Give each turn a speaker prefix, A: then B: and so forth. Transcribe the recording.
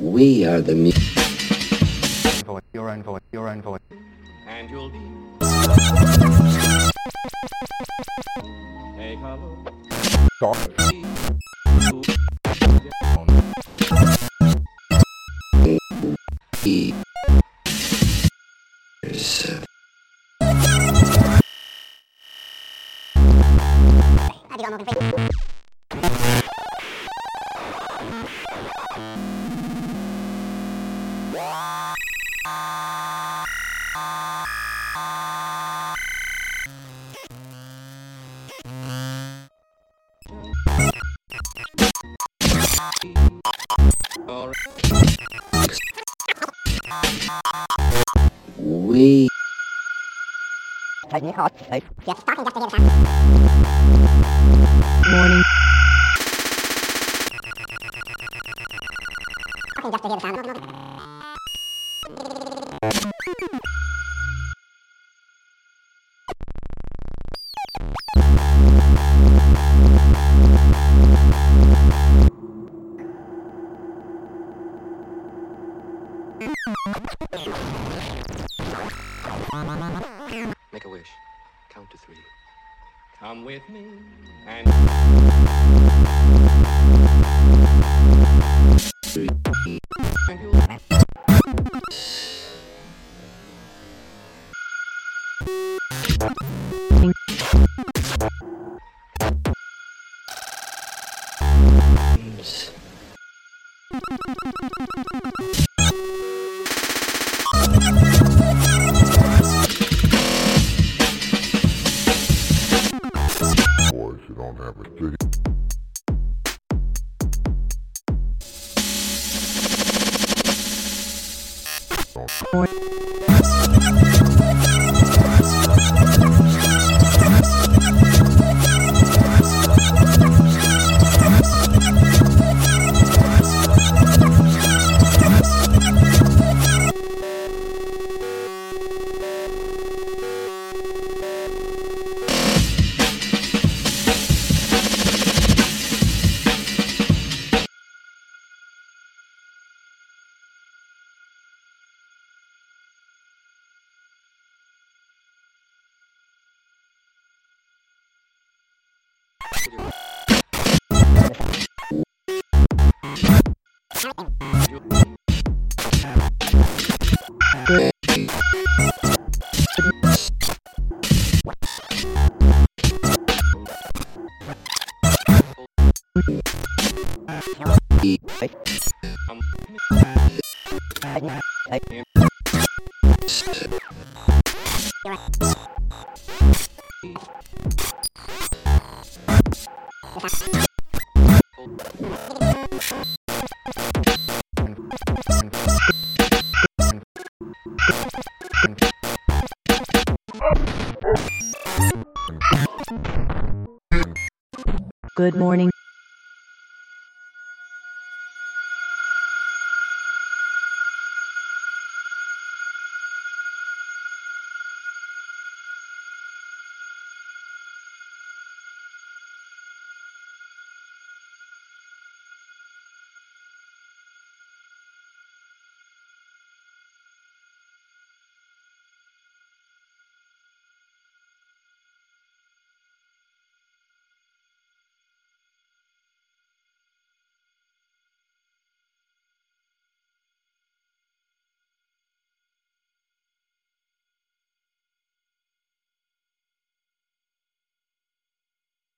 A: We are the music.
B: voice, your own voice, your own voice.
C: And you'll be. Take a look.
B: Stop.
C: Or
A: We
D: Morning.
C: make a wish. Count to three. Come with me and and you'll
E: boys who don't have a studio.
C: come
D: Good morning.